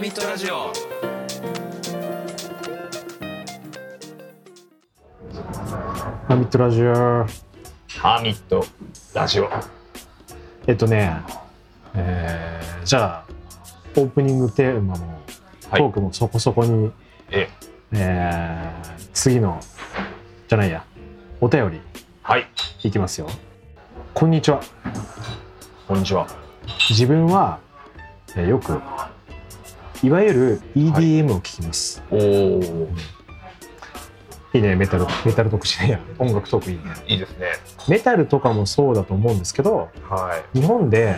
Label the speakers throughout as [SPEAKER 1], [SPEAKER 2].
[SPEAKER 1] ミットラジオ
[SPEAKER 2] ハミットラジオ。
[SPEAKER 3] ハーミットラジオ。
[SPEAKER 2] えっとね、えーじゃあ、オープニングテーマも、
[SPEAKER 3] はい
[SPEAKER 2] トークもそこそこに、
[SPEAKER 3] ええ
[SPEAKER 2] えー次の、じゃないや、お便り
[SPEAKER 3] はい、
[SPEAKER 2] いきますよ。こんにちは。
[SPEAKER 3] こんにちは。
[SPEAKER 2] 自分は、えーよく、いわゆる EDM を聞きます。
[SPEAKER 3] おお、
[SPEAKER 2] い、いね、メタル、メタル特集ね。音楽トークいいね。
[SPEAKER 3] いいですね。
[SPEAKER 2] メタルとかもそうだと思うんですけど、
[SPEAKER 3] は
[SPEAKER 2] 日本で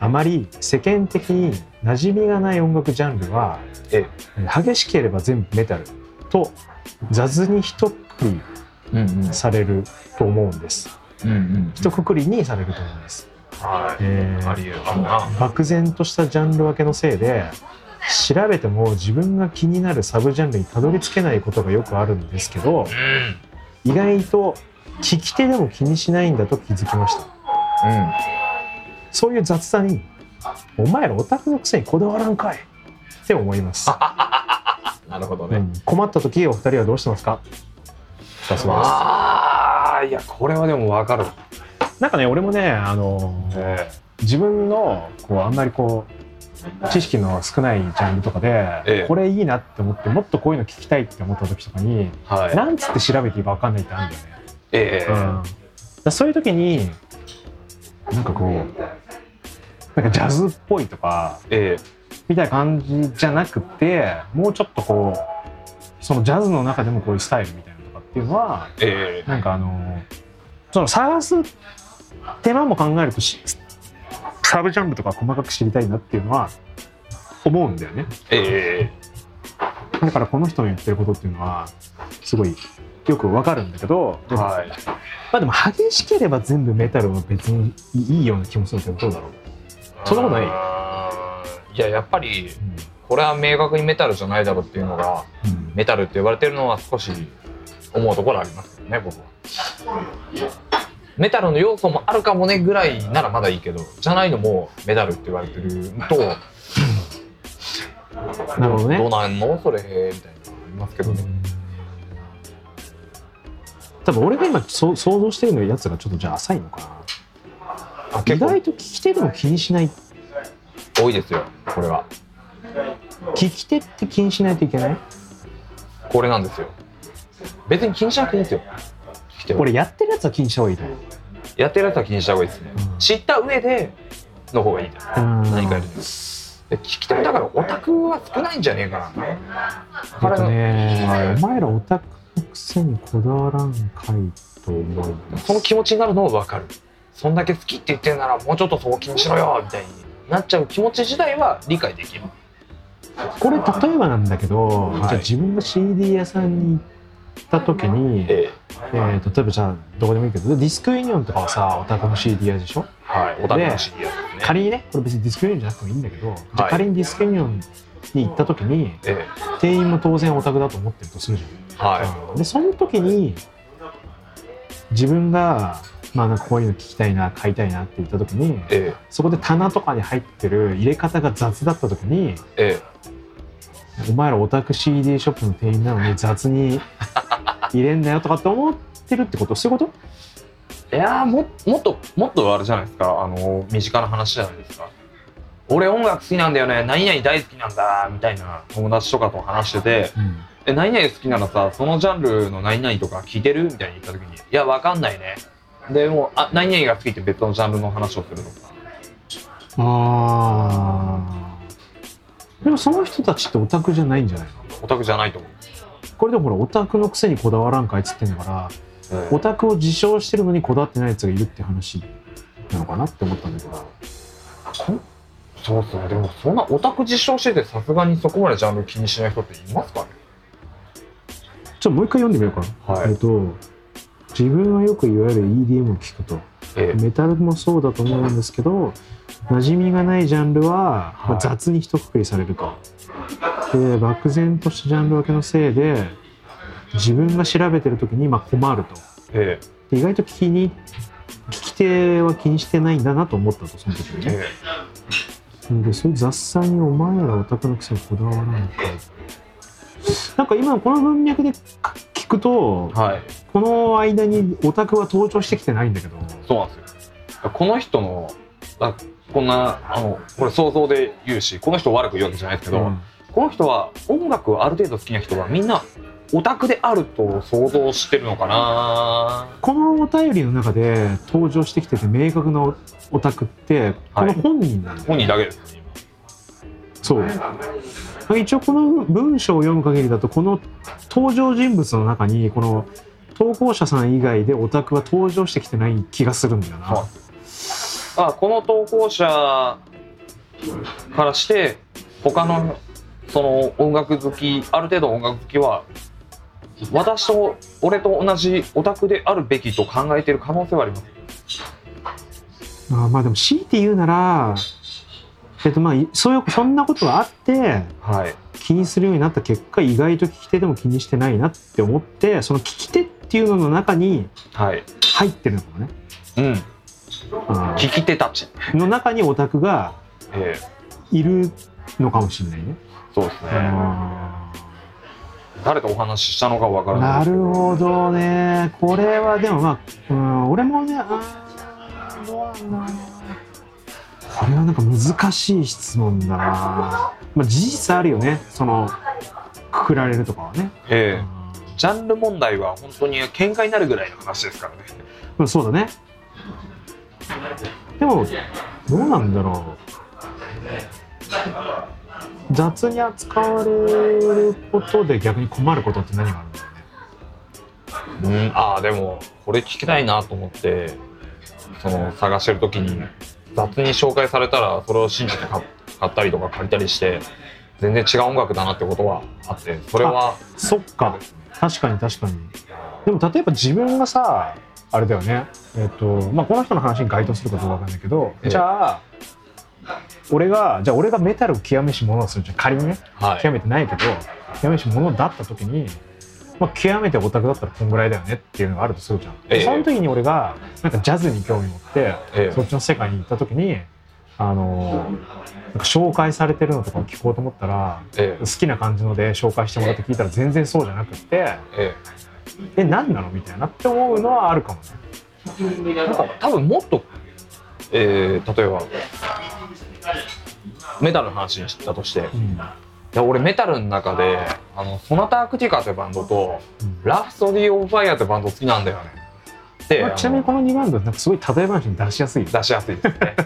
[SPEAKER 2] あまり世間的に馴染みがない音楽ジャンルは、
[SPEAKER 3] え
[SPEAKER 2] 激しければ全部メタルと雑に一括り
[SPEAKER 3] い。うんうん
[SPEAKER 2] されると思うんです
[SPEAKER 3] うんうん。
[SPEAKER 2] 一括りにされると思うんです、
[SPEAKER 3] は
[SPEAKER 2] え
[SPEAKER 3] い。
[SPEAKER 2] ー
[SPEAKER 3] ありえるかな。
[SPEAKER 2] 漠然としたジャンル分けのせいで調べても自分が気になるサブジャンルにたどり着けないことがよくあるんですけど
[SPEAKER 3] う
[SPEAKER 2] 意外と聞き手でも気にしないんだと気づきました
[SPEAKER 3] ん。
[SPEAKER 2] そういう雑さに「お前らオタクのくせにこだわらんかい!」って思います
[SPEAKER 3] うん。なるほど
[SPEAKER 2] う
[SPEAKER 3] ね。
[SPEAKER 2] ん困った時お二人はどうしてますかだそうです
[SPEAKER 3] ああ、いや、これはでもわかる。
[SPEAKER 2] なんかね俺もねあのー
[SPEAKER 3] え
[SPEAKER 2] 自分のこうあんまりこう知識の少ないジャンルとかで、
[SPEAKER 3] ええ
[SPEAKER 2] これいいなって思ってもっとこういうの聞きたいって思った時とかに、
[SPEAKER 3] は
[SPEAKER 2] なんつって調べていいか分かんないってあるんだよね、
[SPEAKER 3] ええ
[SPEAKER 2] うん、だからそういう時になんかこうなんかジャズっぽいとか
[SPEAKER 3] ええ
[SPEAKER 2] みたいな感じじゃなくてもうちょっとこうそのジャズの中でもこういうスタイルみたいなのとかっていうのは
[SPEAKER 3] ええ
[SPEAKER 2] なんかあのその探す手間も考えるとしサブジャンルとか細かく知りたいなっていうのは思うんだよね
[SPEAKER 3] え
[SPEAKER 2] だからこの人の言ってることっていうのはすごいよくわかるんだけど、
[SPEAKER 3] えはい。
[SPEAKER 2] まあでも激しければ全部メタルは別にいいような気もするけどどうだろう、そんなことない
[SPEAKER 3] い。いや、やっぱり、これは明確にメタルじゃないだろうっていうのが、
[SPEAKER 2] うん
[SPEAKER 3] メタルって呼ばれてるのは少し思うところありますよね僕はメタルの要素もあるかもねぐらいならまだいいけどじゃないのもメタルって言われてるとど
[SPEAKER 2] なるほどね
[SPEAKER 3] うなんのそれみたいなのありますけどね
[SPEAKER 2] 多分俺が今そう想像してるのやつがちょっとじゃあ浅いのか
[SPEAKER 3] あ
[SPEAKER 2] な意
[SPEAKER 3] 結構
[SPEAKER 2] 外と聞き手でも気にしない
[SPEAKER 3] 多いですよこれは
[SPEAKER 2] 聞き手って気にしないといけない
[SPEAKER 3] これなんですよ別に気にしなくていいんですよ来ても
[SPEAKER 2] 俺やってるやつは気にした方がいいと思う
[SPEAKER 3] やってるやつは気にした方がいいですね
[SPEAKER 2] うん
[SPEAKER 3] 知った上での方がいいです何かやるにはで聞き手もだからオタクは少ないんじゃねえかな
[SPEAKER 2] えっとね、
[SPEAKER 3] はい
[SPEAKER 2] お前らオタクのくせにこだわらんかいと思います
[SPEAKER 3] その気持ちになるのは分かるそんだけ好きって言ってんならもうちょっとそう気にしろよみたいになっちゃう気持ち自体は理解できる
[SPEAKER 2] これ例えばなんだけど、
[SPEAKER 3] い
[SPEAKER 2] じゃあ自分が CD 屋さんに行った時に、え
[SPEAKER 3] ええ
[SPEAKER 2] ー例えばじゃあどこでもいいけどディスクユニオンとかはさオタクの CD 屋でしょ
[SPEAKER 3] はいお互いの知り合いですね
[SPEAKER 2] 仮にねこれ別にディスクユニオンじゃなくてもいいんだけど、じゃあ仮にディスクユニオンに行った時に
[SPEAKER 3] え
[SPEAKER 2] 店員も当然オタクだと思ってるとするじゃ
[SPEAKER 3] え
[SPEAKER 2] ん
[SPEAKER 3] は
[SPEAKER 2] でその時に自分が、まあ、なんかこういうの聞きたいな買いたいなって言った時に
[SPEAKER 3] いえ
[SPEAKER 2] そこで棚とかに入ってる入れ方が雑だった時に
[SPEAKER 3] ええ
[SPEAKER 2] お前らオタク CD ショップの店員なのに雑に入れんなよとかって思ってるってことそういうこと
[SPEAKER 3] えいやーももっともっとあれじゃないですかあの身近な話じゃないですか俺音楽好きなんだよね何々大好きなんだみたいな友達とかと話しててえ何々好きならさそのジャンルの何々とか聞いてるみたいに言った時にいやわかんないねでもうあ何々が好きって別のジャンルの話をするとか
[SPEAKER 2] あーでもその人たちってオタクじゃないんじゃないの
[SPEAKER 3] オタクじゃないと思う
[SPEAKER 2] これでもほらオタクのくせにこだわらんかいっつってんだからオタクを自称してるのにこだわってないやつがいるって話なのかなって思ったんだけど
[SPEAKER 3] そうっすねでもそんなオタク自称しててさすがにそこまでジャンル気にしない人っていますかね
[SPEAKER 2] ちょっともう一回読んでみようか
[SPEAKER 3] は
[SPEAKER 2] えっと自分はよくいわゆる EDM を聞くと
[SPEAKER 3] え
[SPEAKER 2] メタルもそうだと思うんですけど馴染みがないジャンルは、まあ
[SPEAKER 3] はい
[SPEAKER 2] 雑に一括りされるとで漠然としたジャンル分けのせいで自分が調べてる時にまあ困ると
[SPEAKER 3] え
[SPEAKER 2] で意外と聞きに聞き手は気にしてないんだなと思ったとその時にね
[SPEAKER 3] え
[SPEAKER 2] なんでそういう雑さにお前らオタクのくせにこだわらないのかなんか今この文脈で聞くと
[SPEAKER 3] はい
[SPEAKER 2] この間にオタクは登場してきてないんだけど
[SPEAKER 3] そうなんですよこの人のあこんなあのこれ想像で言うしこの人を悪く言うわけじゃないですけど、
[SPEAKER 2] うん
[SPEAKER 3] この人は音楽をある程度好きな人はみんなオタクであると想像してるのかな
[SPEAKER 2] このお便りの中で登場してきてて明確なオタクってこの本人なんだよ、
[SPEAKER 3] 本人だけですね
[SPEAKER 2] そう一応この文章を読む限りだとこの登場人物の中にこの投稿者さん以外でオタクは登場してきてない気がするんだよな、
[SPEAKER 3] はあこの投稿者からして他のその音楽好きある程度音楽好きは私と俺と同じオタクであるべきと考えている可能性はあります
[SPEAKER 2] あーまあでも強いて言うなら、えっと、まあいそういうそんなことがあって
[SPEAKER 3] はい
[SPEAKER 2] 気にするようになった結果意外と聞き手でも気にしてないなって思ってその聞き手っていうのの中に
[SPEAKER 3] はい
[SPEAKER 2] 入ってるのかもね、
[SPEAKER 3] うん
[SPEAKER 2] うん
[SPEAKER 3] 聞き手たち、
[SPEAKER 2] の中にオタクが
[SPEAKER 3] ええ
[SPEAKER 2] いるのかもしれないね。
[SPEAKER 3] そうですね
[SPEAKER 2] あ
[SPEAKER 3] 誰とお話ししたのかわか
[SPEAKER 2] ー
[SPEAKER 3] らない
[SPEAKER 2] な
[SPEAKER 3] ですけ
[SPEAKER 2] る
[SPEAKER 3] ど
[SPEAKER 2] ほどね。これはでもまあ、うん、俺もね、あーどうなんだろうなこれはなんか難しい質問だな。まあ事実あるよね。そのくくられるとかはね。
[SPEAKER 3] ええ
[SPEAKER 2] う
[SPEAKER 3] ジャンル問題は本当に喧嘩になるぐらいの話ですからね。
[SPEAKER 2] んそうだね。でもどうなんだろう。雑に扱われることで逆に困ることって何があるんだろうね。
[SPEAKER 3] うん、ああでもこれ聞きたいなと思ってその探してる時に雑に紹介されたらそれを信じて買買ったりとか借りたりして全然違う音楽だなってことはあってそれは
[SPEAKER 2] そっか確かに確かにでも例えば自分がさあれだよねえっ、とまあこの人の話に該当するかどうかわかんないけど、
[SPEAKER 3] ええ
[SPEAKER 2] じゃあ俺がじゃあ俺がメタルを極めし者をするじゃん仮にね
[SPEAKER 3] は
[SPEAKER 2] 極
[SPEAKER 3] い
[SPEAKER 2] めてないけど極めし者だった時に、まあ、極めてオタクだったらこんぐらいだよねっていうのがあるとするじゃん、
[SPEAKER 3] ええ
[SPEAKER 2] その時に俺がなんかジャズに興味持って、
[SPEAKER 3] え
[SPEAKER 2] そっちの世界に行った時にあのなんか紹介されてるのとかを聞こうと思ったら
[SPEAKER 3] ええ
[SPEAKER 2] 好きな感じので紹介してもらって聞いたら全然そうじゃなくって
[SPEAKER 3] ええ
[SPEAKER 2] え何なのみたいなって思うのはあるかもね
[SPEAKER 3] えなんか多分もっと、えー、例えばメタルの話にしたとして
[SPEAKER 2] うん
[SPEAKER 3] いや俺メタルの中であのソナタ・アクティカってバンドとラフソディ・オブ・ファイアってバンド好きなんだよね。で、
[SPEAKER 2] まあ、ちなみにこの2バンドなんかすごい例え話に出しやすい
[SPEAKER 3] 出しやすいです ね。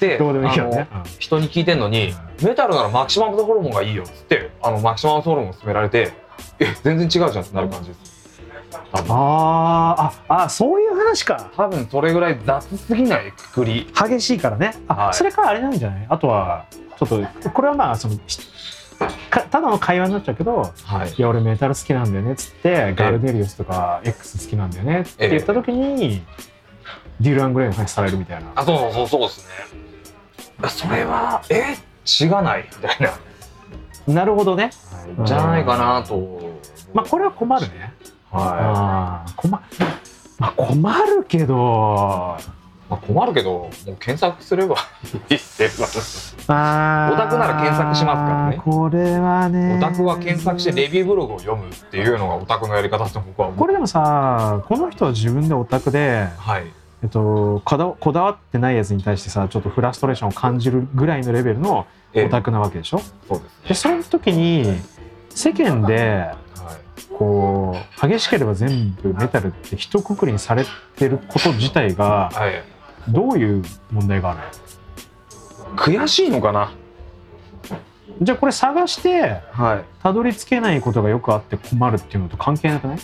[SPEAKER 3] で、
[SPEAKER 2] どうでもいいけどね
[SPEAKER 3] あの人に聞いてんのに、メタルならマキシマムズホルモンがいいよっつって、あのマキシマムズホルモンを勧められて、え、全然違うじゃんってなる感じです。
[SPEAKER 2] あーああそういう話か
[SPEAKER 3] 多分それぐらい雑すぎないくくり。
[SPEAKER 2] 激しいからねあ、
[SPEAKER 3] はい
[SPEAKER 2] それからあれなんじゃないあとはちょっとこれはまあそのひかただの会話になっちゃうけど
[SPEAKER 3] はい
[SPEAKER 2] い。や俺メタル好きなんだよねっつってガルデリウスとか X 好きなんだよねって言った時にデュラン・グレイの話されるみたいな
[SPEAKER 3] あ、そうそうそうそうですね。あそれは、え、違わないみたいな。
[SPEAKER 2] なるほどね
[SPEAKER 3] じゃないかなと。
[SPEAKER 2] まあこれは困るね
[SPEAKER 3] は
[SPEAKER 2] ああ困まあ困るけど
[SPEAKER 3] い。まあ、困るけど、もう検索すればいいって話。
[SPEAKER 2] あー
[SPEAKER 3] オタクなら検索しますからね
[SPEAKER 2] これはね
[SPEAKER 3] オタクは検索してレビューブログを読むっていうのがオタクのやり方だと僕は思う。
[SPEAKER 2] これでもさこの人は自分でオタクで、
[SPEAKER 3] はい。
[SPEAKER 2] えっと、こだこだわってないやつに対してさちょっとフラストレーションを感じるぐらいのレベルの
[SPEAKER 3] ええ
[SPEAKER 2] オタクなわけでしょ
[SPEAKER 3] そうですね。
[SPEAKER 2] でその時に世間で
[SPEAKER 3] はい。
[SPEAKER 2] こう激しければ全部メタルって一括りにされてること自体が
[SPEAKER 3] はい、
[SPEAKER 2] どういう問題があるの
[SPEAKER 3] 悔しいのかな。
[SPEAKER 2] じゃあこれ探して
[SPEAKER 3] はい。
[SPEAKER 2] たどり着けないことがよくあって困るっていうのと関係なくない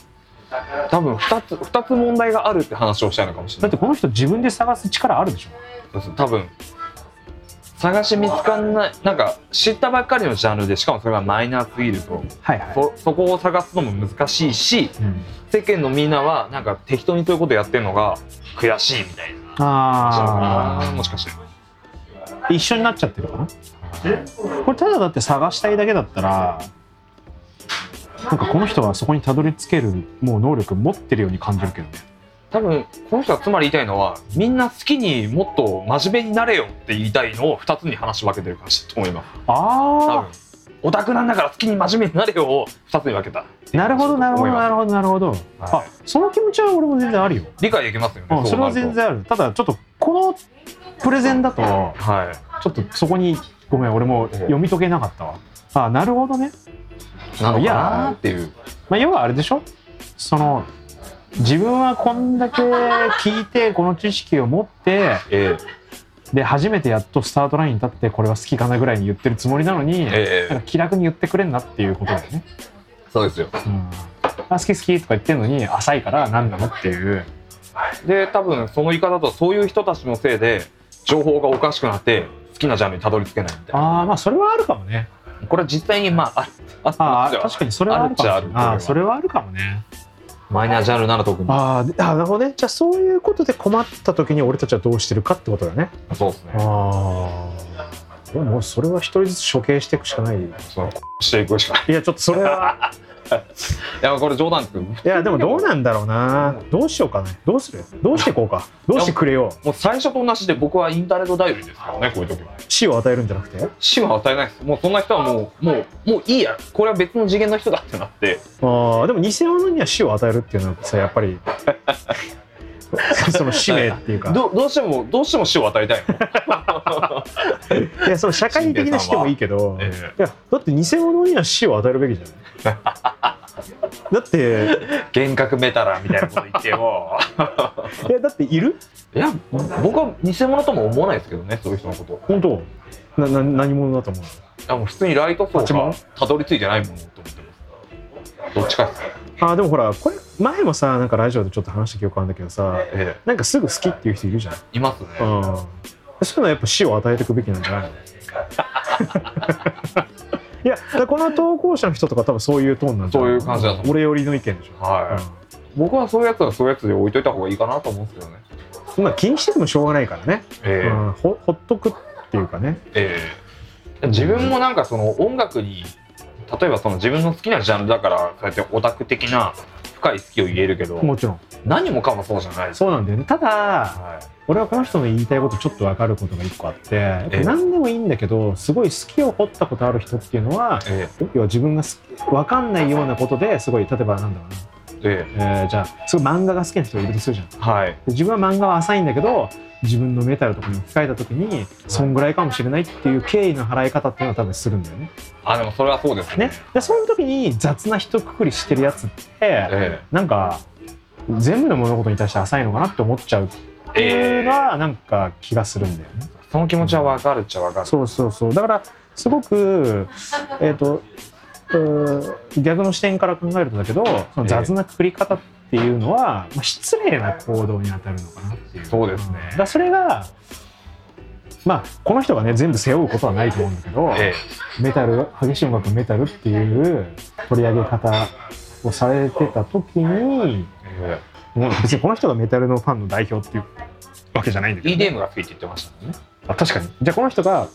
[SPEAKER 3] 多分二つ二つ問題があるって話をしたいのかもしれ
[SPEAKER 2] だ
[SPEAKER 3] な
[SPEAKER 2] っ
[SPEAKER 3] い
[SPEAKER 2] て。この人自分で探す力あるでしょ
[SPEAKER 3] 多分探し見つかんないなんか知ったばっかりのジャンルでしかもそれがマイナーすぎると
[SPEAKER 2] はいは
[SPEAKER 3] そそこを探すのも難しいし
[SPEAKER 2] うん、
[SPEAKER 3] 世間のみんなはなんか適当にそういうことやってるのが悔しいみたいな
[SPEAKER 2] ああ
[SPEAKER 3] もしかして
[SPEAKER 2] 一緒になっちゃってるかなこれただだって探したいだけだったらなんかこの人はそこにたどり着けるもう能力持ってるように感じるけどね
[SPEAKER 3] 多分この人はつまり言いたいのはみんな好きにもっと真面目になれよって言いたいのを2つに話し分けてる感じだと思います多
[SPEAKER 2] あ
[SPEAKER 3] 分オタクなんだから好きに真面目になれよを2つに分けた
[SPEAKER 2] あなるほどなるほどな
[SPEAKER 3] る
[SPEAKER 2] るほどなるほど、
[SPEAKER 3] はい
[SPEAKER 2] あその気持ちは俺も全然あるよ、
[SPEAKER 3] 理解できますよね
[SPEAKER 2] うん、それは
[SPEAKER 3] うなると
[SPEAKER 2] 全然あるただちょっとこのプレゼンだと
[SPEAKER 3] はい
[SPEAKER 2] ちょっとそこにごめん俺も読み解けなかったわあなるほどね、
[SPEAKER 3] なの
[SPEAKER 2] い
[SPEAKER 3] か
[SPEAKER 2] や
[SPEAKER 3] なっていう
[SPEAKER 2] まあ、要はあれでしょその自分はこんだけ聞いてこの知識を持って
[SPEAKER 3] え
[SPEAKER 2] で初めてやっとスタートラインに立ってこれは好きかなぐらいに言ってるつもりなのに、
[SPEAKER 3] ええ
[SPEAKER 2] なん
[SPEAKER 3] え
[SPEAKER 2] か気楽に言ってくれんなっていうことだよね、
[SPEAKER 3] そうですよ
[SPEAKER 2] うん、あ好き好きとか言ってるのに浅いから何なのっていう
[SPEAKER 3] で多分その言い方だとそういう人たちのせいで情報がおかしくなって好きなジャンルにたどり着けないみたいな
[SPEAKER 2] ああまあそれはあるかもね
[SPEAKER 3] これは実際にまあああ
[SPEAKER 2] あ
[SPEAKER 3] った
[SPEAKER 2] あ
[SPEAKER 3] んです
[SPEAKER 2] 確
[SPEAKER 3] よ
[SPEAKER 2] かにそれはあるかも
[SPEAKER 3] あるっちゃある
[SPEAKER 2] あーそれはあるかもね
[SPEAKER 3] マイナージャンルなら特に
[SPEAKER 2] あーであーなるほどねじゃあそういうことで困った時に俺たちはどうしてるかってことだね
[SPEAKER 3] そうですね
[SPEAKER 2] ああもうそれは一人ずつ処刑していくしかないい
[SPEAKER 3] そのしていくしかない
[SPEAKER 2] やちょっとそれ は
[SPEAKER 3] いやこれ冗談ですけど
[SPEAKER 2] いやでもどうなんだろうなどうしようかねどうするどうしていこうかどうしてくれよう
[SPEAKER 3] もう最初と同じで僕はインターネット頼りですからねこういう時は
[SPEAKER 2] 死を与えるんじゃなくて
[SPEAKER 3] 死は与えないですもうそんな人はもうもうもういいやこれは別の次元の人だってなって
[SPEAKER 2] ああでも偽物には死を与えるっていうのはさやっぱりその使命っていうか
[SPEAKER 3] どうどうしてもどうしても死を与えたいの
[SPEAKER 2] いやその社会的な死でもいいけど、
[SPEAKER 3] ええ
[SPEAKER 2] いやだって偽物には死を与えるべきじ ゃないだって
[SPEAKER 3] 幻覚メタラみたいなこと言っても
[SPEAKER 2] いやだっている
[SPEAKER 3] いや僕は偽物とも思わないですけどねそういう人のこと
[SPEAKER 2] 本当なな何者だと思う
[SPEAKER 3] あもう普通にライト層
[SPEAKER 2] あちも
[SPEAKER 3] がたどり着いてないものと思ってますどっちかですね
[SPEAKER 2] あーでもほらこれ前もさなんかラジオでちょっと話した記憶あるんだけどさ
[SPEAKER 3] え
[SPEAKER 2] なんかすぐ好きっていう人いるじゃん、
[SPEAKER 3] えいますね
[SPEAKER 2] うん、そういうのはやっぱ死を与えていくべきなんじゃないの いやだからこの投稿者の人とか多分そういうトーンなんじゃな
[SPEAKER 3] そういう感じだと思
[SPEAKER 2] 俺寄りの意見でしょ、
[SPEAKER 3] はい、僕はそういうやつはそういうやつで置いといた方がいいかなと思うんですけどね。
[SPEAKER 2] うん、まあ気にしててもしょうがないからね、
[SPEAKER 3] ええ
[SPEAKER 2] うん、ほほっとくっていうかね
[SPEAKER 3] ええ自分もなんかその音楽に例えばその自分の好きなジャンルだからそうやってオタク的な深い好きを言えるけど
[SPEAKER 2] もちろん
[SPEAKER 3] 何もかもそうじゃないです。
[SPEAKER 2] そうなんだよねただ
[SPEAKER 3] は
[SPEAKER 2] 俺はこの人の言いたいことちょっと分かることが一個あってやっぱ
[SPEAKER 3] ええ、
[SPEAKER 2] 何でもいいんだけどすごい好きを掘ったことある人っていうのはい
[SPEAKER 3] え
[SPEAKER 2] 要は自分が分かんないようなことですごい例えばなんだろ
[SPEAKER 3] ええ
[SPEAKER 2] うな、えーじゃあすごい漫画が好きな人がいるとするじゃんで
[SPEAKER 3] えはい
[SPEAKER 2] 自分は漫画は浅いんだけど自分のメタルとかに置き換えた時にそんぐらいかもしれないっていう敬意の払い方っていうのは多分するんだよね。
[SPEAKER 3] あでもそれはそうですね
[SPEAKER 2] ねでその時に雑な一括りしてるやつって
[SPEAKER 3] え
[SPEAKER 2] なんか全部の物事に対して浅いのかなって思っちゃうっていうのはなんか気がするんだよね。
[SPEAKER 3] その気持ちはわかるっちゃわかる
[SPEAKER 2] そうそうそうだからすごくえっ、とうー逆の視点から考えるとだけどその雑な作り方っていうのは、まあ、失礼な行動に当たるのかなっていう
[SPEAKER 3] そうですね
[SPEAKER 2] んだからそれがまあこの人がね全部背負うことはないと思うんだけど、
[SPEAKER 3] え
[SPEAKER 2] メタル激しい音楽のメタルっていう取り上げ方をされてた時に
[SPEAKER 3] ええ
[SPEAKER 2] もう別にこの人がメタルのファンの代表っていうわけじゃないんだけ
[SPEAKER 3] え
[SPEAKER 2] ど、ね、
[SPEAKER 3] EDM が好きって言ってましたもんね
[SPEAKER 2] あ確かにじゃあこの人が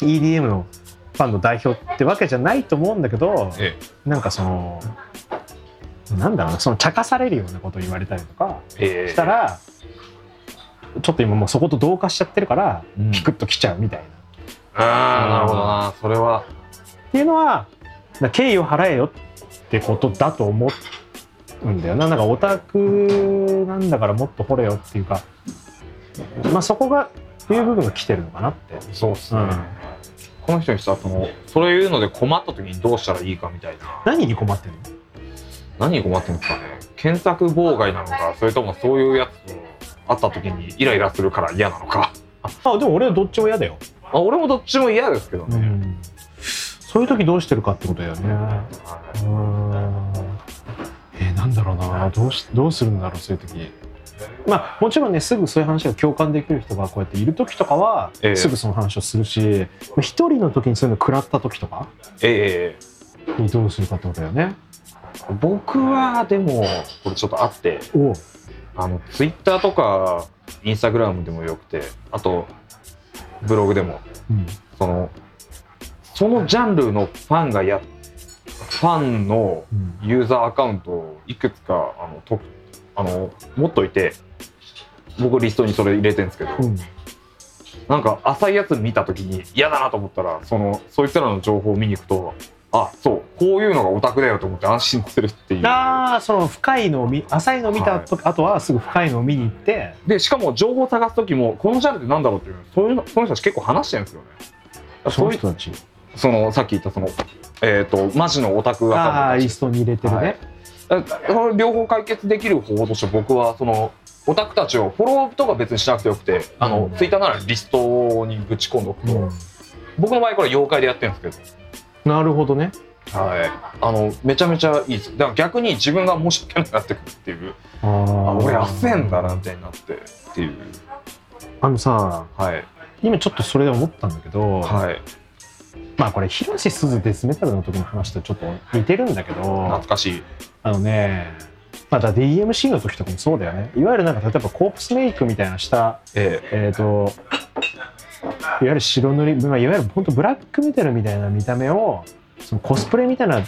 [SPEAKER 2] EDM のファンの代表ってわけじゃないと思うんだけど
[SPEAKER 3] え
[SPEAKER 2] なんかそのなんだろうなその茶化されるようなことを言われたりとか
[SPEAKER 3] えええ
[SPEAKER 2] したらちょっと今もうそこと同化しちゃってるから
[SPEAKER 3] うん
[SPEAKER 2] ピクッときちゃうみたいな、
[SPEAKER 3] ああなるほどなそれは
[SPEAKER 2] っていうのはだから敬意を払えよってことだと思うんだよななんかオタクなんだからもっと掘れよっていうかまあそこがっていう部分が来てるのかなって。
[SPEAKER 3] そうっす
[SPEAKER 2] う
[SPEAKER 3] ね、
[SPEAKER 2] ん
[SPEAKER 3] この人にしたらそのそういうので困った時にどうしたらいいかみたいな
[SPEAKER 2] 何に困ってるの
[SPEAKER 3] 何に困ってるんですかね検索妨害なのかそれともそういうやつと会った時にイライラするから嫌なのか、
[SPEAKER 2] あでも俺はどっちも嫌だよ、
[SPEAKER 3] まあ、俺もどっちも嫌ですけどね、
[SPEAKER 2] そういう時どうしてるかってことだよね
[SPEAKER 3] は
[SPEAKER 2] うんえー、なんだろうなどうしどうするんだろうそういう時まあもちろんねすぐそういう話が共感できる人がこうやっている時とかは、
[SPEAKER 3] ええ
[SPEAKER 2] すぐその話をするしまあ一人の時にそういうの食らった時とか
[SPEAKER 3] いええ
[SPEAKER 2] にどうするかってことだよね
[SPEAKER 3] 僕はでもこれちょっとあって
[SPEAKER 2] おう
[SPEAKER 3] あのツイッターとかインスタグラムでもよくてあとブログでも
[SPEAKER 2] うん
[SPEAKER 3] そのそのジャンルのファンがやファンの
[SPEAKER 2] うん
[SPEAKER 3] ユーザーアカウントをいくつかあのとああの持っといて僕リストにそれ入れてるんですけど、
[SPEAKER 2] うん
[SPEAKER 3] なんか浅いやつ見た時に嫌だなと思ったらそのそいつらの情報を見に行くとあそうこういうのがオタクだよと思って安心するっていう
[SPEAKER 2] ああその深いのを見浅いのを見たと、あとはすぐ深いのを見に行って
[SPEAKER 3] でしかも情報を探す時もこのジャンルってなんだろうっていうのそういうのその人たち結構話してるんですよねそういう
[SPEAKER 2] たち
[SPEAKER 3] そのさっき言ったそのえっ、とマジのオタクが
[SPEAKER 2] ああーリストに入れてるね、
[SPEAKER 3] はいだからその両方解決できる方法として僕はそのオタクたちをフォローとか別にしなくてよくてあの、
[SPEAKER 2] うん
[SPEAKER 3] ツイッターならリストにぶち込んでおくと、僕の場合これ妖怪でやってるんですけ
[SPEAKER 2] なるほどね
[SPEAKER 3] ど、はい、あのめちゃめちゃいいですだから逆に自分が申し訳なくなってくるっていう
[SPEAKER 2] あ
[SPEAKER 3] あ
[SPEAKER 2] あ
[SPEAKER 3] 俺焦んだなみたいになってっていう
[SPEAKER 2] あのさ
[SPEAKER 3] はい
[SPEAKER 2] 今ちょっとそれで思ったんだけど、
[SPEAKER 3] はい
[SPEAKER 2] まあこれ広瀬すずデスメタルの時の話とちょっと似てるんだけど
[SPEAKER 3] 懐かしい
[SPEAKER 2] あのねまあだ DMC の時とかもそうだよねいわゆるなんか例えばコープスメイクみたいなした
[SPEAKER 3] え
[SPEAKER 2] えっ、といわゆる白塗り、まあ、いわゆる本当ブラックメタルみたいな見た目をそのコスプレみたいな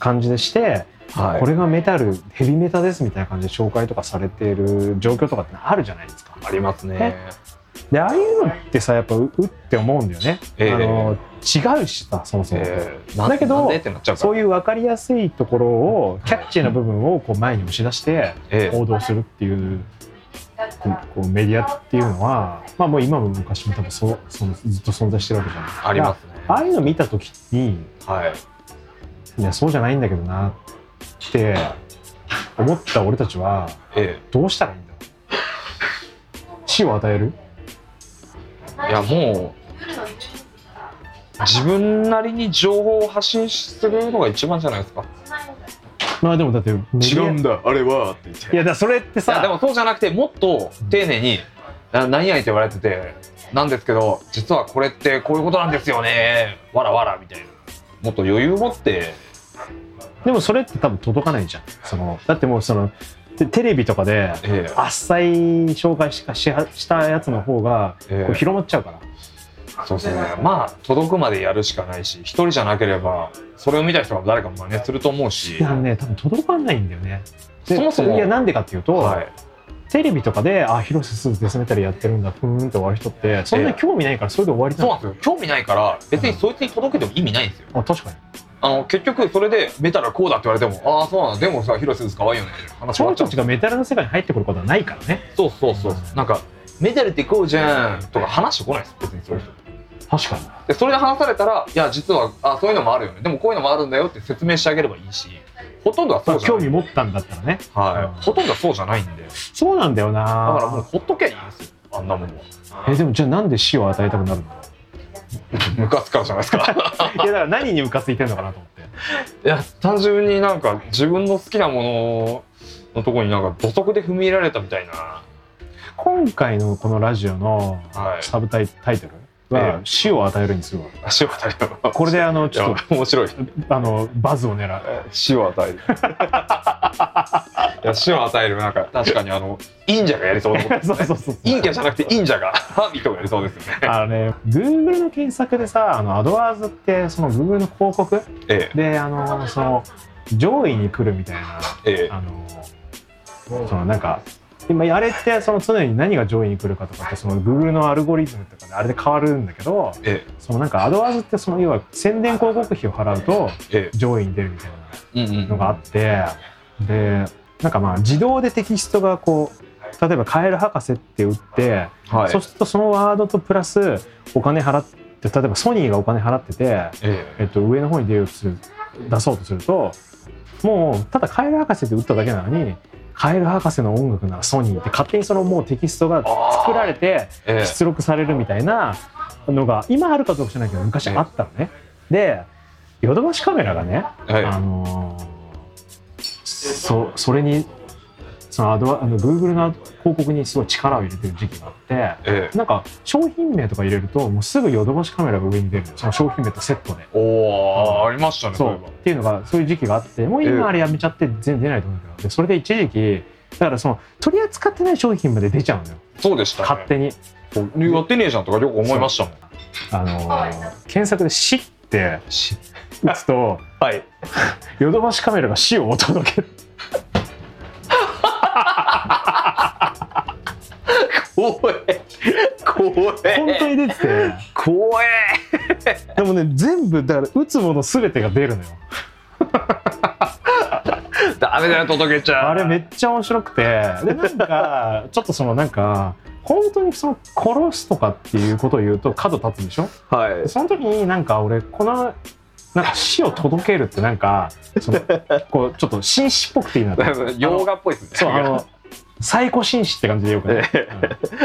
[SPEAKER 2] 感じでして、
[SPEAKER 3] えは
[SPEAKER 2] これがメタルヘビメタですみたいな感じで紹介とかされている状況とかってあるじゃないですか。
[SPEAKER 3] ありますね
[SPEAKER 2] でああいうのってさやっぱううって思うんだよね、
[SPEAKER 3] ええ
[SPEAKER 2] あの違うしさそもそも、
[SPEAKER 3] ええ
[SPEAKER 2] だけど
[SPEAKER 3] なんでってなっちゃうから
[SPEAKER 2] そういう分かりやすいところをキャッチーな部分をこう前に押し出して
[SPEAKER 3] ええ
[SPEAKER 2] 行動するっていうこうメディアっていうのは、まあ、もう今も昔も多分そうそのずっと存在してるわけじゃないですか
[SPEAKER 3] ありますね
[SPEAKER 2] ああいうの見た時に
[SPEAKER 3] はい
[SPEAKER 2] いやそうじゃないんだけどなって思った俺たちは
[SPEAKER 3] え
[SPEAKER 2] どうしたらいいんだろう死を与える
[SPEAKER 3] えいやもう自分なりに情報を発信するのが一番じゃないですか
[SPEAKER 2] まあでもだってメディア
[SPEAKER 3] だあれはって言って
[SPEAKER 2] いやだからそれって
[SPEAKER 3] いやで
[SPEAKER 2] さ
[SPEAKER 3] もそうじゃなくてもっと丁寧に「な何々」って言われててなんですけど実はこれってこういうことなんですよねわらわらみたいなもっと余裕持って
[SPEAKER 2] でもそれって多分届かないじゃんそのだってもうそのテテレビとかで
[SPEAKER 3] ええ
[SPEAKER 2] あっさい紹介しかしはしたやつの方が
[SPEAKER 3] え
[SPEAKER 2] こう
[SPEAKER 3] え
[SPEAKER 2] 広まっちゃうから、
[SPEAKER 3] そうですねまあ届くまでやるしかないし一人じゃなければそれを見た人が誰か真似すると思うし
[SPEAKER 2] いやね多分届かないんだよねで
[SPEAKER 3] そもそも
[SPEAKER 2] いやなんでかっていうと、
[SPEAKER 3] はい
[SPEAKER 2] テレビとかで「あ広瀬すずデスメタルやってるんだふーん」って終わる人ってそんなに興味ないからそれで終わりな
[SPEAKER 3] そう
[SPEAKER 2] の
[SPEAKER 3] なんですよ興味ないから別にそいつに届けても意味ないんですよ
[SPEAKER 2] あ確かに
[SPEAKER 3] あの結局それでメタルはこうだって言われてもああそうなんだでもさ広瀬すず可愛いよね話
[SPEAKER 2] そ
[SPEAKER 3] 終わ
[SPEAKER 2] の
[SPEAKER 3] っちゃ
[SPEAKER 2] 人
[SPEAKER 3] う
[SPEAKER 2] たちがメタルの世界に入ってくることはないからね
[SPEAKER 3] そうそうそうなんかメタルってこうじゃんとか話してこないです別にそういう人
[SPEAKER 2] 確かに
[SPEAKER 3] でそれで話されたらいや実はあそういうのもあるよねでもこういうのもあるんだよって説明してあげればいいしほとんどは
[SPEAKER 2] ま
[SPEAKER 3] そ
[SPEAKER 2] あ
[SPEAKER 3] うじゃ
[SPEAKER 2] 興
[SPEAKER 3] な
[SPEAKER 2] 味
[SPEAKER 3] い、
[SPEAKER 2] 持ったんだったらね
[SPEAKER 3] はい、ほとんどはそうじゃないんでだ
[SPEAKER 2] そうなんだよな
[SPEAKER 3] からもうほっとけばいいんですよあんなものは
[SPEAKER 2] えでもじゃあなんで死を与えたくなるの
[SPEAKER 3] ムカつからじゃないですか
[SPEAKER 2] いやだから何にムカついてるのかなと思っ
[SPEAKER 3] い
[SPEAKER 2] て
[SPEAKER 3] や単純になんか自分の好きなもののとこになんか土足で踏み入れられたみたいな
[SPEAKER 2] 今回のこのラジオの
[SPEAKER 3] はい
[SPEAKER 2] サブタイタイトル
[SPEAKER 3] ええ
[SPEAKER 2] は「死を与える」にするわ
[SPEAKER 3] 足を与えたの
[SPEAKER 2] これであの
[SPEAKER 3] い
[SPEAKER 2] ちょっ
[SPEAKER 3] や面白い
[SPEAKER 2] とあのバズを狙う
[SPEAKER 3] 死を与えるいや死を与えるなんか確かにあの忍者がやりそうなことです
[SPEAKER 2] そ
[SPEAKER 3] ね
[SPEAKER 2] うそうそう
[SPEAKER 3] 陰キャじゃなくて忍者がハービーとかやりそうですよね
[SPEAKER 2] あのね Google の検索でさあのアドワーズってその Google の広告
[SPEAKER 3] え
[SPEAKER 2] であのその上位に来るみたいな
[SPEAKER 3] えええ
[SPEAKER 2] あのそのなんか今あれってその常に何が上位に来るかとかってその Google のアルゴリズムとかであれで変わるんだけど
[SPEAKER 3] え
[SPEAKER 2] そのなんかアドワーズってその要は宣伝広告費を払うと
[SPEAKER 3] え
[SPEAKER 2] 上位に出るみたいな
[SPEAKER 3] えうんうん
[SPEAKER 2] のがあってでなんかまあ自動でテキストがこう例えば「カエル博士」って打って、
[SPEAKER 3] はい
[SPEAKER 2] そうするとそのワードとプラスお金払って例えばソニーがお金払ってて、
[SPEAKER 3] え
[SPEAKER 2] えっと、上の方に出ようとする出そうとするともうただ「カエル博士」って打っただけなのに「カエル博士の音楽ならソニー」って勝手にそのもうテキストが作られて
[SPEAKER 3] ええ
[SPEAKER 2] 出力されるみたいなのが今あるかどうか知らないけど昔あったのね。でヨドバシカメラがね
[SPEAKER 3] えはい
[SPEAKER 2] あのーそそれにそのアドワあの Google の広告にすごい力を入れてる時期があっ
[SPEAKER 3] ええ
[SPEAKER 2] てなんか商品名とか入れるともうすぐヨドバシカメラが上に出るのその商品名とセットで。
[SPEAKER 3] おお、ありましたね
[SPEAKER 2] そ
[SPEAKER 3] そういうえ
[SPEAKER 2] っていうのがそういう時期があってもう
[SPEAKER 3] ええ
[SPEAKER 2] 今あれやめちゃって全然出ないと思うんだけどでそれで一時期だからその取り扱ってない商品まで出ちゃうのよ
[SPEAKER 3] ばそうでしたね
[SPEAKER 2] 勝手に。
[SPEAKER 3] やってねえじゃんとかよく思いましたもん
[SPEAKER 2] あのー検索で「死」って
[SPEAKER 3] し
[SPEAKER 2] 打つ と
[SPEAKER 3] はい
[SPEAKER 2] ヨドバシカメラが死をお届け
[SPEAKER 3] 怖え怖え
[SPEAKER 2] 本当に出てて
[SPEAKER 3] 怖え
[SPEAKER 2] でもね全部だから打つもの全てが出るのよ
[SPEAKER 3] ダメだよ届けちゃう
[SPEAKER 2] あれめっちゃ面白くてでなん かちょっとそのなんか本当にその殺すとかっていうことを言うと角立つでしょ
[SPEAKER 3] はい
[SPEAKER 2] その時になんか俺このなんか死を届けるってなんかそのこうちょっと紳士っぽくていい なと思って
[SPEAKER 3] 洋画っぽいですね
[SPEAKER 2] そうあ の最古紳士って感じでよくね、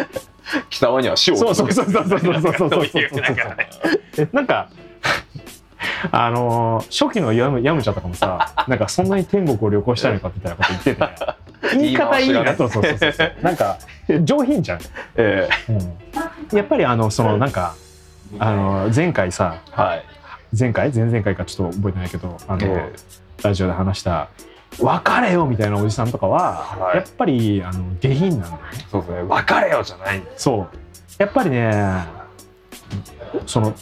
[SPEAKER 3] 北側には死
[SPEAKER 2] う
[SPEAKER 3] を
[SPEAKER 2] んそうそうそうそうそうそうそうそうそうそう
[SPEAKER 3] そういうだからね
[SPEAKER 2] えなんかあのー初期のヤムヤムチャとかもさなんかそんなに天国を旅行したいのかみたいなこと言って て言い方いい
[SPEAKER 3] 言い回
[SPEAKER 2] な
[SPEAKER 3] しが
[SPEAKER 2] とそうそうそうそうなんか上品じゃん、
[SPEAKER 3] え
[SPEAKER 2] うんやっぱりあのそのなんかあの前回さ
[SPEAKER 3] えはい
[SPEAKER 2] 前回前々回かちょっと覚えてないけどあの、
[SPEAKER 3] え
[SPEAKER 2] ラジオで話した別れよみたいなおじさんとかは、
[SPEAKER 3] はい
[SPEAKER 2] やっぱりあの下品なんだよね
[SPEAKER 3] えそうですね別れよじゃない
[SPEAKER 2] そうやっぱりねその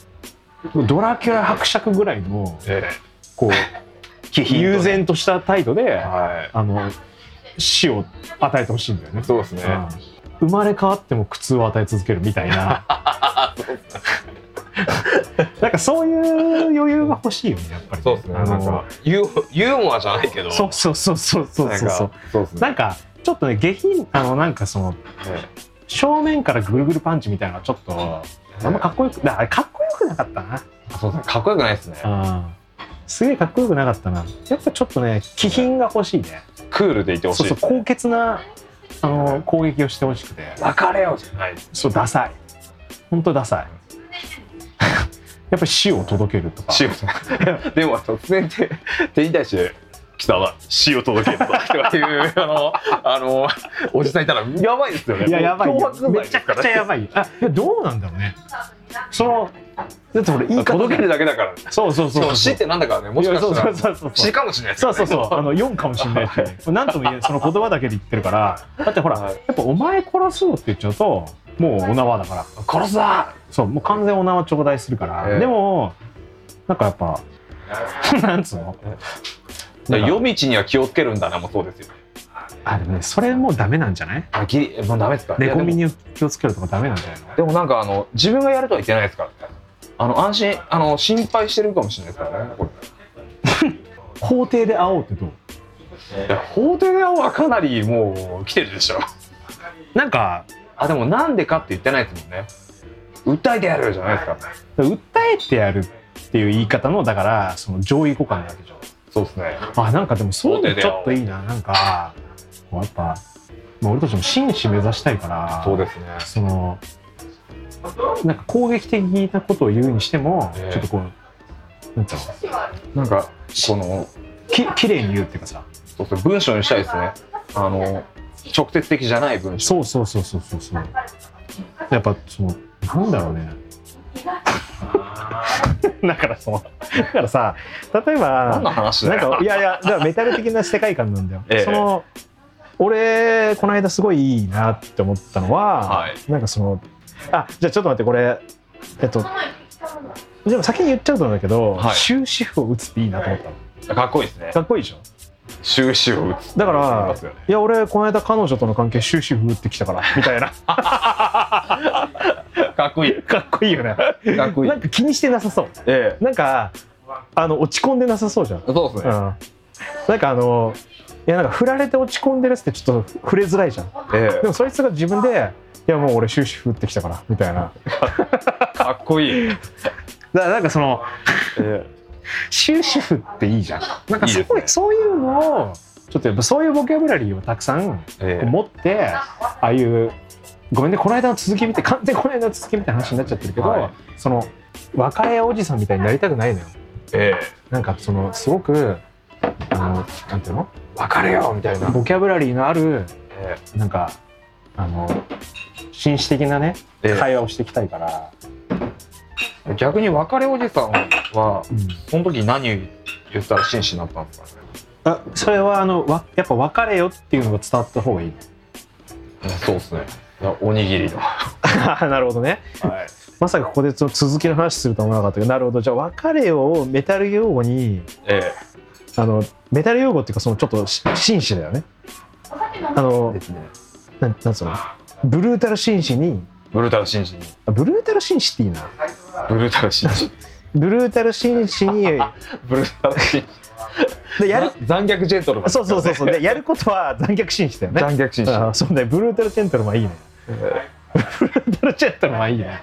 [SPEAKER 2] ドラキュラ伯爵ぐらいの
[SPEAKER 3] え
[SPEAKER 2] こう
[SPEAKER 3] え
[SPEAKER 2] 悠然とした態度で
[SPEAKER 3] は
[SPEAKER 2] あの死を与えてほしいんだよね
[SPEAKER 3] い、そうですね
[SPEAKER 2] うん生まれ変わっても苦痛を与え続けるみた いななんかそういう余裕が欲しいよねやっぱり
[SPEAKER 3] そうですね
[SPEAKER 2] あ
[SPEAKER 3] なん
[SPEAKER 2] の
[SPEAKER 3] かユーユーモアじゃないけど
[SPEAKER 2] そうそうそうそうそうそうそう
[SPEAKER 3] そうです
[SPEAKER 2] な
[SPEAKER 3] ね
[SPEAKER 2] んかちょっとね下品あのなんかその
[SPEAKER 3] え
[SPEAKER 2] 正面からぐるぐるパンチみたいなのはちょっと
[SPEAKER 3] え
[SPEAKER 2] あんまかっこよくだあれかっこよくなかったな
[SPEAKER 3] そうですねかっこよくないですね
[SPEAKER 2] うんすげえかっこよくなかったなやっぱちょっとね気品が欲しいね
[SPEAKER 3] クールでいてほしい
[SPEAKER 2] そうそう高潔なあの攻撃をしてほしくて
[SPEAKER 3] 別れよじゃない
[SPEAKER 2] そうダサい本当ダサいやっぱり死を届けるとか
[SPEAKER 3] 死をでも突然手手に対して来たわ死を届けるとかっていうあのあのおじさんいたらやばいですよね
[SPEAKER 2] いややばい
[SPEAKER 3] 脅
[SPEAKER 2] よ
[SPEAKER 3] 迫罪
[SPEAKER 2] め
[SPEAKER 3] です
[SPEAKER 2] ちゃ
[SPEAKER 3] か
[SPEAKER 2] く
[SPEAKER 3] ら
[SPEAKER 2] ちゃ
[SPEAKER 3] ね
[SPEAKER 2] やばいよあいやどうなんだろうねそのだって俺言い方
[SPEAKER 3] 届けるだけだから
[SPEAKER 2] そうそう
[SPEAKER 3] し
[SPEAKER 2] そ
[SPEAKER 3] か
[SPEAKER 2] うそ
[SPEAKER 3] も
[SPEAKER 2] う
[SPEAKER 3] 死ってなんだからねもしかした
[SPEAKER 2] い
[SPEAKER 3] ら
[SPEAKER 2] やそうそうそうそう
[SPEAKER 3] 死かもしれないです
[SPEAKER 2] そ
[SPEAKER 3] よ
[SPEAKER 2] う
[SPEAKER 3] ね
[SPEAKER 2] そうそう、あの4かもしれないし、なんとも言えない、その言葉だけで言ってるから、だってほら、
[SPEAKER 3] はい
[SPEAKER 2] やっぱお前殺すぞって言っちゃうと、もうお縄だから、
[SPEAKER 3] 殺すな
[SPEAKER 2] そう、もう完全お縄頂戴するから、
[SPEAKER 3] ええ
[SPEAKER 2] でも、なんかやっぱ、 なんつうの、なんか
[SPEAKER 3] 夜道には気をつけるんだなもそうですよ
[SPEAKER 2] あ、でもね、それもうダメなんじゃない
[SPEAKER 3] あギリもうダメですかいや
[SPEAKER 2] 猫
[SPEAKER 3] でも
[SPEAKER 2] 耳に気をつけるとかダメなんじゃないの
[SPEAKER 3] でもなんかあの自分がやるとはいけないですからねあの安心あの心配してるかもしれないですからねこれ
[SPEAKER 2] 法廷で会おうってどう
[SPEAKER 3] いや法廷側はかなりもう来てるでしょ
[SPEAKER 2] なんか、
[SPEAKER 3] あでもなんでかって言ってないですもんね訴えてやるよじゃないですか
[SPEAKER 2] 訴えてやるっていう言い方の、だから、その上位互換なわけじゃん。
[SPEAKER 3] そうですね
[SPEAKER 2] あなんかでもそういうのちょっといいななんかこうやっぱ、まあ、俺たちも紳士目指したいから
[SPEAKER 3] そうですね
[SPEAKER 2] そのなんか攻撃的なことを言うにしても、
[SPEAKER 3] ええ
[SPEAKER 2] ちょっとこうなんつうの
[SPEAKER 3] なんかこの
[SPEAKER 2] き綺麗に言うっていうかさ
[SPEAKER 3] そうそう文章にしたいですねあの直接的じゃない文章
[SPEAKER 2] そうそうそうそうそうそうやっぱそのなんだろうね だからそのだからさ例えば
[SPEAKER 3] 何の話だ
[SPEAKER 2] なん
[SPEAKER 3] よ
[SPEAKER 2] かいやいやだからメタル的な世界観なん だよ。
[SPEAKER 3] ええ
[SPEAKER 2] その俺この間すごいいいなって思ったのは、
[SPEAKER 3] はい
[SPEAKER 2] なんかそのあじゃあちょっと待ってこれえっとでも先に言っちゃうとなんだけど、
[SPEAKER 3] はい
[SPEAKER 2] 終止符を打つっていいなと思ったの
[SPEAKER 3] かっこいいですね
[SPEAKER 2] かっこいいでしょ
[SPEAKER 3] 終止を打つ
[SPEAKER 2] だか
[SPEAKER 3] あり
[SPEAKER 2] ら
[SPEAKER 3] ますよね
[SPEAKER 2] いや俺この間彼女との関係終止符打ってきたからみたいな
[SPEAKER 3] かっこいい
[SPEAKER 2] かっこいいよね
[SPEAKER 3] かっこいい
[SPEAKER 2] なんか気にしてなさそ
[SPEAKER 3] ええ
[SPEAKER 2] うなんかあの落ち込んでなさそうじゃん
[SPEAKER 3] そうです
[SPEAKER 2] う
[SPEAKER 3] ね、
[SPEAKER 2] んなんかあのいやなんか振られて落ち込んでるやつってちょっと触れづらいじゃん
[SPEAKER 3] え
[SPEAKER 2] でもそいつが自分で「いやもう俺終止符打ってきたから」みたいな
[SPEAKER 3] えかっこいい、え
[SPEAKER 2] だからなんかその
[SPEAKER 3] え
[SPEAKER 2] 終止符っていいじゃんなんか
[SPEAKER 3] いい
[SPEAKER 2] そ
[SPEAKER 3] です
[SPEAKER 2] こ
[SPEAKER 3] ね
[SPEAKER 2] そういうのをちょっとやっぱそういうボキャブラリーをたくさん
[SPEAKER 3] ええ
[SPEAKER 2] 持ってああいうごめんねこの間の続き見て完全にこの間の続きみたいな話になっちゃってるけど、
[SPEAKER 3] はい
[SPEAKER 2] その別れおじさんみたいになりたくないのよ
[SPEAKER 3] え
[SPEAKER 2] なんかそのすごくあのなんていうの
[SPEAKER 3] え別れよみたいな、
[SPEAKER 2] ボキャブラリーのある
[SPEAKER 3] え
[SPEAKER 2] なんかあの紳士的なね
[SPEAKER 3] ええ
[SPEAKER 2] 会話をしていきたいから、
[SPEAKER 3] え逆に別れおじさんは
[SPEAKER 2] うん
[SPEAKER 3] その時何言ったら紳士になったんですかね
[SPEAKER 2] あそれはあのわやっぱ別れよっていうのが伝わった方がいい
[SPEAKER 3] そうですねいやおにぎりのは
[SPEAKER 2] なるほどね
[SPEAKER 3] い
[SPEAKER 2] まさかここでその続きの話するとは思わなかったけどなるほどじゃあ別れよをメタル用語に
[SPEAKER 3] え
[SPEAKER 2] あのメタル用語っていうかそのちょっとし紳士だよねあ
[SPEAKER 3] え
[SPEAKER 2] の
[SPEAKER 3] ですね
[SPEAKER 2] なんなんつうのブルータル紳士に
[SPEAKER 3] ブルータル紳士に
[SPEAKER 2] あブルータル紳士っていいな
[SPEAKER 3] ブルータル紳士
[SPEAKER 2] ブルータル紳士に
[SPEAKER 3] ブルータル紳士
[SPEAKER 2] でやる
[SPEAKER 3] 残虐ジェントルマン
[SPEAKER 2] そうそうそうそうでやることは残虐紳士だよね
[SPEAKER 3] 残虐紳士
[SPEAKER 2] あそうねブルータルジェントルマンいいねブルータルジェントルマンいいね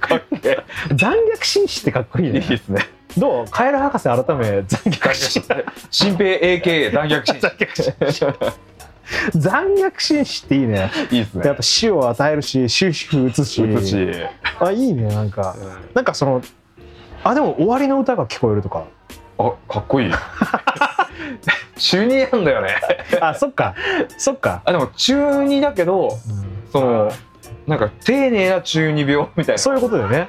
[SPEAKER 3] かっけえ
[SPEAKER 2] 残虐紳士ってかっこいい
[SPEAKER 3] いい
[SPEAKER 2] ね
[SPEAKER 3] ですね
[SPEAKER 2] どうカエル博士改め残虐紳士
[SPEAKER 3] 新兵 AKA 残虐紳
[SPEAKER 2] 残虐紳士残虐紳士っていいね
[SPEAKER 3] 士 いいです
[SPEAKER 2] やっ
[SPEAKER 3] ね
[SPEAKER 2] ぱ死を与えるし終止符打つし
[SPEAKER 3] うつし
[SPEAKER 2] あいいねなんかなんかそのあでも終わりの歌が聞こえるとか
[SPEAKER 3] あかっこいい中二なんだよね
[SPEAKER 2] あそっかそっか、
[SPEAKER 3] あでも中二だけどそのなんか丁寧な中二病みたい
[SPEAKER 2] そういうことだよね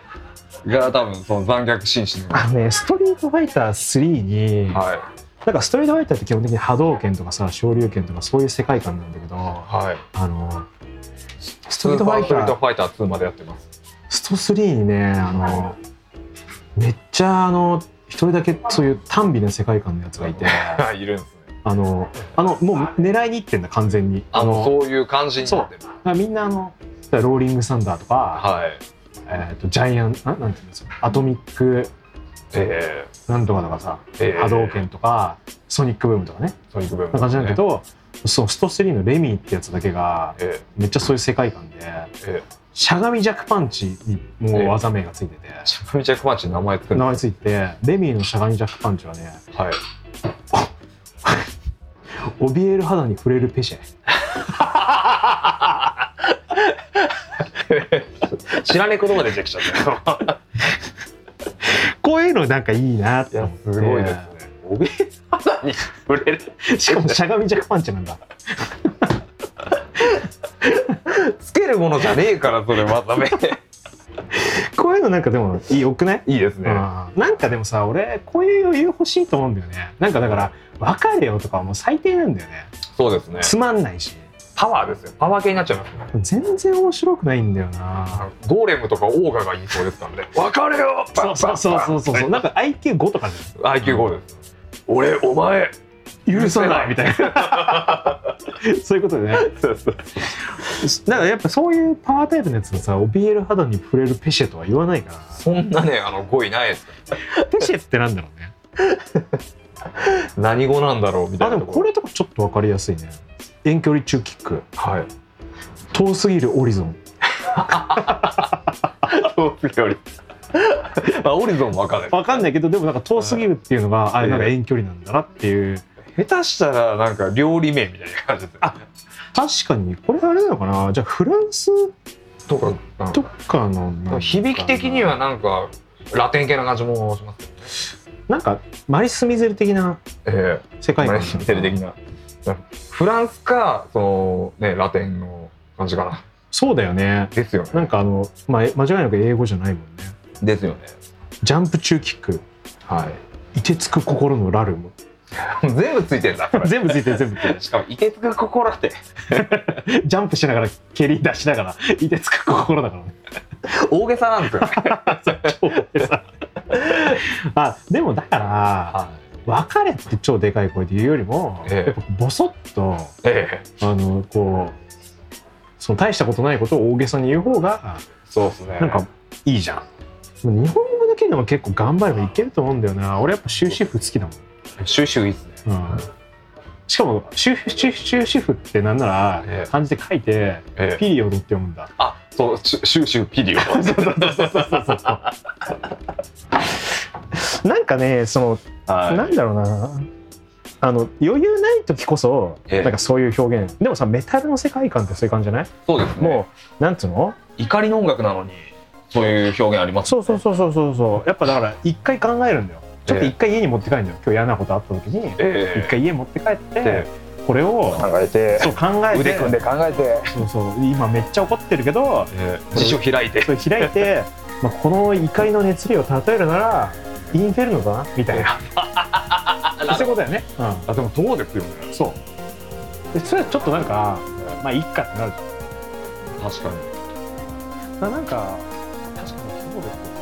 [SPEAKER 3] なが多分その残虐紳士の
[SPEAKER 2] あのねストリートファイター3に、
[SPEAKER 3] はい
[SPEAKER 2] なんかストリートファイターって基本的に波動拳とかさ昇竜拳とかそういう世界観なんだけどあ
[SPEAKER 3] はい
[SPEAKER 2] の
[SPEAKER 3] ス
[SPEAKER 2] ストリートファイ
[SPEAKER 3] ーパース
[SPEAKER 2] タ
[SPEAKER 3] トリート
[SPEAKER 2] ー
[SPEAKER 3] ファイター2までやってます
[SPEAKER 2] スト3にねあのめっちゃあの一人だけそういう単美な世界観のやつがいて
[SPEAKER 3] いるんですね
[SPEAKER 2] あのあのもう狙いに行ってんだ完全に
[SPEAKER 3] あ
[SPEAKER 2] あ
[SPEAKER 3] の
[SPEAKER 2] の
[SPEAKER 3] そういう感じになってる
[SPEAKER 2] だからみんなあのローリングサンダーとか、
[SPEAKER 3] はい
[SPEAKER 2] えー、とジャイアンあなんていうんですかアトミック
[SPEAKER 3] え
[SPEAKER 2] なんとかとかさ
[SPEAKER 3] えええ
[SPEAKER 2] 波動拳とかソニックブームとかね
[SPEAKER 3] ソニックブーム
[SPEAKER 2] な感じなんだけ
[SPEAKER 3] ね
[SPEAKER 2] ど、そうスト3のレミーってやつだけが
[SPEAKER 3] え
[SPEAKER 2] めっちゃそういう世界観で
[SPEAKER 3] えええ
[SPEAKER 2] しゃがみジャックパンチにもう技名がついてて、
[SPEAKER 3] チャップミチャクマンチに名前つくん
[SPEAKER 2] 名
[SPEAKER 3] だ
[SPEAKER 2] 前ついててレミーのしゃがみジャックパンチはね
[SPEAKER 3] はい
[SPEAKER 2] 怯える肌に触れるペシェ
[SPEAKER 3] 知らねえ言葉でできちゃったよ
[SPEAKER 2] こういうのなんかいいなって思って
[SPEAKER 3] すごいですねおびえ肌に触れる
[SPEAKER 2] しかもしゃがみジャックパンチなんだ
[SPEAKER 3] つけるものじゃねえからそれ技名
[SPEAKER 2] こういうのなんかでもよくない
[SPEAKER 3] いいですね
[SPEAKER 2] うんなんかでもさ俺こういう余裕欲しいと思うんだよねなんかだから「別れよ」とかはもう最低なんだよね
[SPEAKER 3] そうですね
[SPEAKER 2] つまんないし
[SPEAKER 3] パワーですよパワー系になっちゃいますね
[SPEAKER 2] 全然面白くないんだよな
[SPEAKER 3] ゴーレムとかオーガが言いそうですからね 分かれよ
[SPEAKER 2] そうそうそうそうそう そう
[SPEAKER 3] う
[SPEAKER 2] なんか IQ5 とかじ
[SPEAKER 3] IQ ゴールです俺お前
[SPEAKER 2] ゃん許さないみたいなそういうことでね
[SPEAKER 3] そうそう
[SPEAKER 2] だからやっぱそういうパワータイプのやつのさ怯える肌に触れるペシェとは言わないか
[SPEAKER 3] そんなねあの語彙ないです
[SPEAKER 2] らペシェってなんだろうね
[SPEAKER 3] 何語なんだろうみた
[SPEAKER 2] あ
[SPEAKER 3] い
[SPEAKER 2] で
[SPEAKER 3] な
[SPEAKER 2] もこれとかちょっと分かりやすいね遠距離中キック
[SPEAKER 3] はい
[SPEAKER 2] 遠すぎるオリゾン
[SPEAKER 3] そうよりまあオリゾンも分かんない
[SPEAKER 2] わかんないけどでもなんか遠すぎるっていうのがあれなんか遠距離なんだなっていう
[SPEAKER 3] 下手したらなんか料理名みたいな感じですあ
[SPEAKER 2] 確かにこれあれなのかなじゃあフランス
[SPEAKER 3] とかなん
[SPEAKER 2] と
[SPEAKER 3] か
[SPEAKER 2] かのなんかな
[SPEAKER 3] 響き的にはなんかラテン系な感じもします
[SPEAKER 2] なんかマリス・ミゼル的な
[SPEAKER 3] え
[SPEAKER 2] 世
[SPEAKER 3] え
[SPEAKER 2] 界観
[SPEAKER 3] マレーシアテレ的なフランスかそのねラテンの感じかな
[SPEAKER 2] そうだよね
[SPEAKER 3] ですよね
[SPEAKER 2] なんかあの、まあ、え間違いなく英語じゃないもんね
[SPEAKER 3] ですよね
[SPEAKER 2] ジャンプ中キック
[SPEAKER 3] はい
[SPEAKER 2] いてつく心のラルム
[SPEAKER 3] 全部ついてん だこれ
[SPEAKER 2] 全部ついてる全部ついて
[SPEAKER 3] しかもいてつく心って
[SPEAKER 2] るジャンプしながら蹴り出しながらいてつく心だか らね
[SPEAKER 3] 大げさなんですよね
[SPEAKER 2] あでもだから
[SPEAKER 3] は
[SPEAKER 2] 別れって超でかい声で言うよりも、
[SPEAKER 3] ええ
[SPEAKER 2] やっぱボソッと
[SPEAKER 3] いええ
[SPEAKER 2] あのこうその大したことないことを大げさに言う方が
[SPEAKER 3] そうですね
[SPEAKER 2] なんかいいじゃん日本語だけでも結構頑張ればいけると思うんだよな俺やっぱ終止符好きだも
[SPEAKER 3] シュシュいいっすね
[SPEAKER 2] ん、うん、しかも終終終止符ってなんな
[SPEAKER 3] え
[SPEAKER 2] ら
[SPEAKER 3] え
[SPEAKER 2] 漢字で書いて
[SPEAKER 3] ええ
[SPEAKER 2] ピリオドって読むんだ
[SPEAKER 3] あそうシュシュシュピリオ
[SPEAKER 2] なんかねその、な
[SPEAKER 3] は
[SPEAKER 2] んだろうなあの余裕ない時こそ
[SPEAKER 3] ええ
[SPEAKER 2] なんかそういう表現でもさメタルの世界観ってそういう感じじゃない
[SPEAKER 3] いそうですね
[SPEAKER 2] もうなんつうの
[SPEAKER 3] 怒りの音楽なのにそういう表現あります
[SPEAKER 2] そうそうそうそうそうそうやっぱだから一回考えるんだよちょっと一回家に持って帰るんだよ今日嫌なことあった時に
[SPEAKER 3] え
[SPEAKER 2] 一回家持って帰って
[SPEAKER 3] え
[SPEAKER 2] これを
[SPEAKER 3] えて
[SPEAKER 2] そう考えて
[SPEAKER 3] 腕組んで考えて
[SPEAKER 2] そうそう今めっちゃ怒ってるけど
[SPEAKER 3] 辞書開いて
[SPEAKER 2] それ開いてまあこの怒りの熱量を例えるならインフェルノだなみたい なそういうことだよね、
[SPEAKER 3] あでもそうですよね
[SPEAKER 2] うん、そうでそれはちょっとなんかまあいっかってなるじ
[SPEAKER 3] 確かに
[SPEAKER 2] ゃんななんか確かにそうですよね